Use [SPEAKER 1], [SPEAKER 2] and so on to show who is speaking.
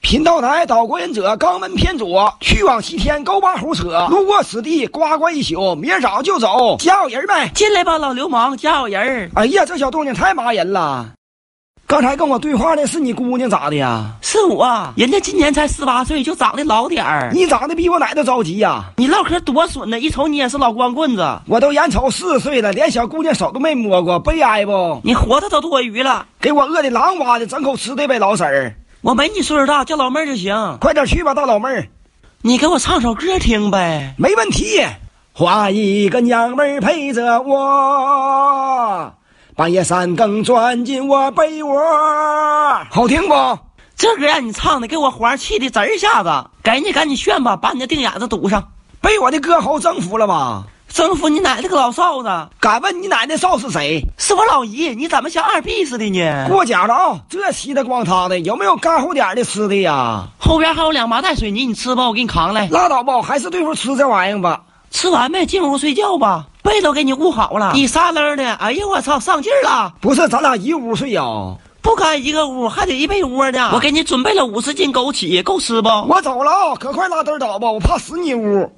[SPEAKER 1] 贫道台岛国人者，肛门偏左，去往西天勾八胡扯，路过此地呱呱一宿，明儿早就走，加我人呗！
[SPEAKER 2] 进来吧，老流氓，加我人儿。
[SPEAKER 1] 哎呀，这小动静太麻人了。刚才跟我对话的是你姑娘咋的呀？
[SPEAKER 2] 是我，人家今年才十八岁，就长得老点儿。
[SPEAKER 1] 你长得比我奶都着急呀、
[SPEAKER 2] 你唠嗑多损呢，一瞅你也是老光棍子，
[SPEAKER 1] 我都眼瞅四十岁了，连小姑娘手都没摸过，悲哀不？
[SPEAKER 2] 你活的都多余了。
[SPEAKER 1] 给我饿的狼哇的，整口吃的呗，老婶儿，
[SPEAKER 2] 我没你岁数大，叫老妹儿就行。
[SPEAKER 1] 快点去吧，大老妹儿，
[SPEAKER 2] 你给我唱首歌听呗。
[SPEAKER 1] 没问题。花一个娘们儿陪着我，半夜三更钻进我被窝，好听不？
[SPEAKER 2] 这歌让你唱的，给我皇上气的直一下子。给你赶紧炫吧，把你那腚眼子堵上，
[SPEAKER 1] 被我的歌喉征服了吧？
[SPEAKER 2] 征服你奶奶个老少子！
[SPEAKER 1] 敢问你奶奶少是谁？
[SPEAKER 2] 是我老姨，你怎么像二逼似的呢？
[SPEAKER 1] 过奖了啊、这稀的光塌的，有没有干乎点儿的吃的呀？
[SPEAKER 2] 后边还有两麻袋水泥，你吃吧，我给你扛来。
[SPEAKER 1] 拉倒吧，还是对付吃这玩意儿吧。
[SPEAKER 2] 吃完呗，进屋睡觉吧，被都给你捂好了。你仨楞的，哎呀，我操，上劲儿了！
[SPEAKER 1] 不是，咱俩一屋睡呀、
[SPEAKER 2] 不该一个屋，还得一被窝呢。我给你准备了五十斤枸杞，够吃不？
[SPEAKER 1] 我走了啊，可快拉登倒吧，我怕死你屋。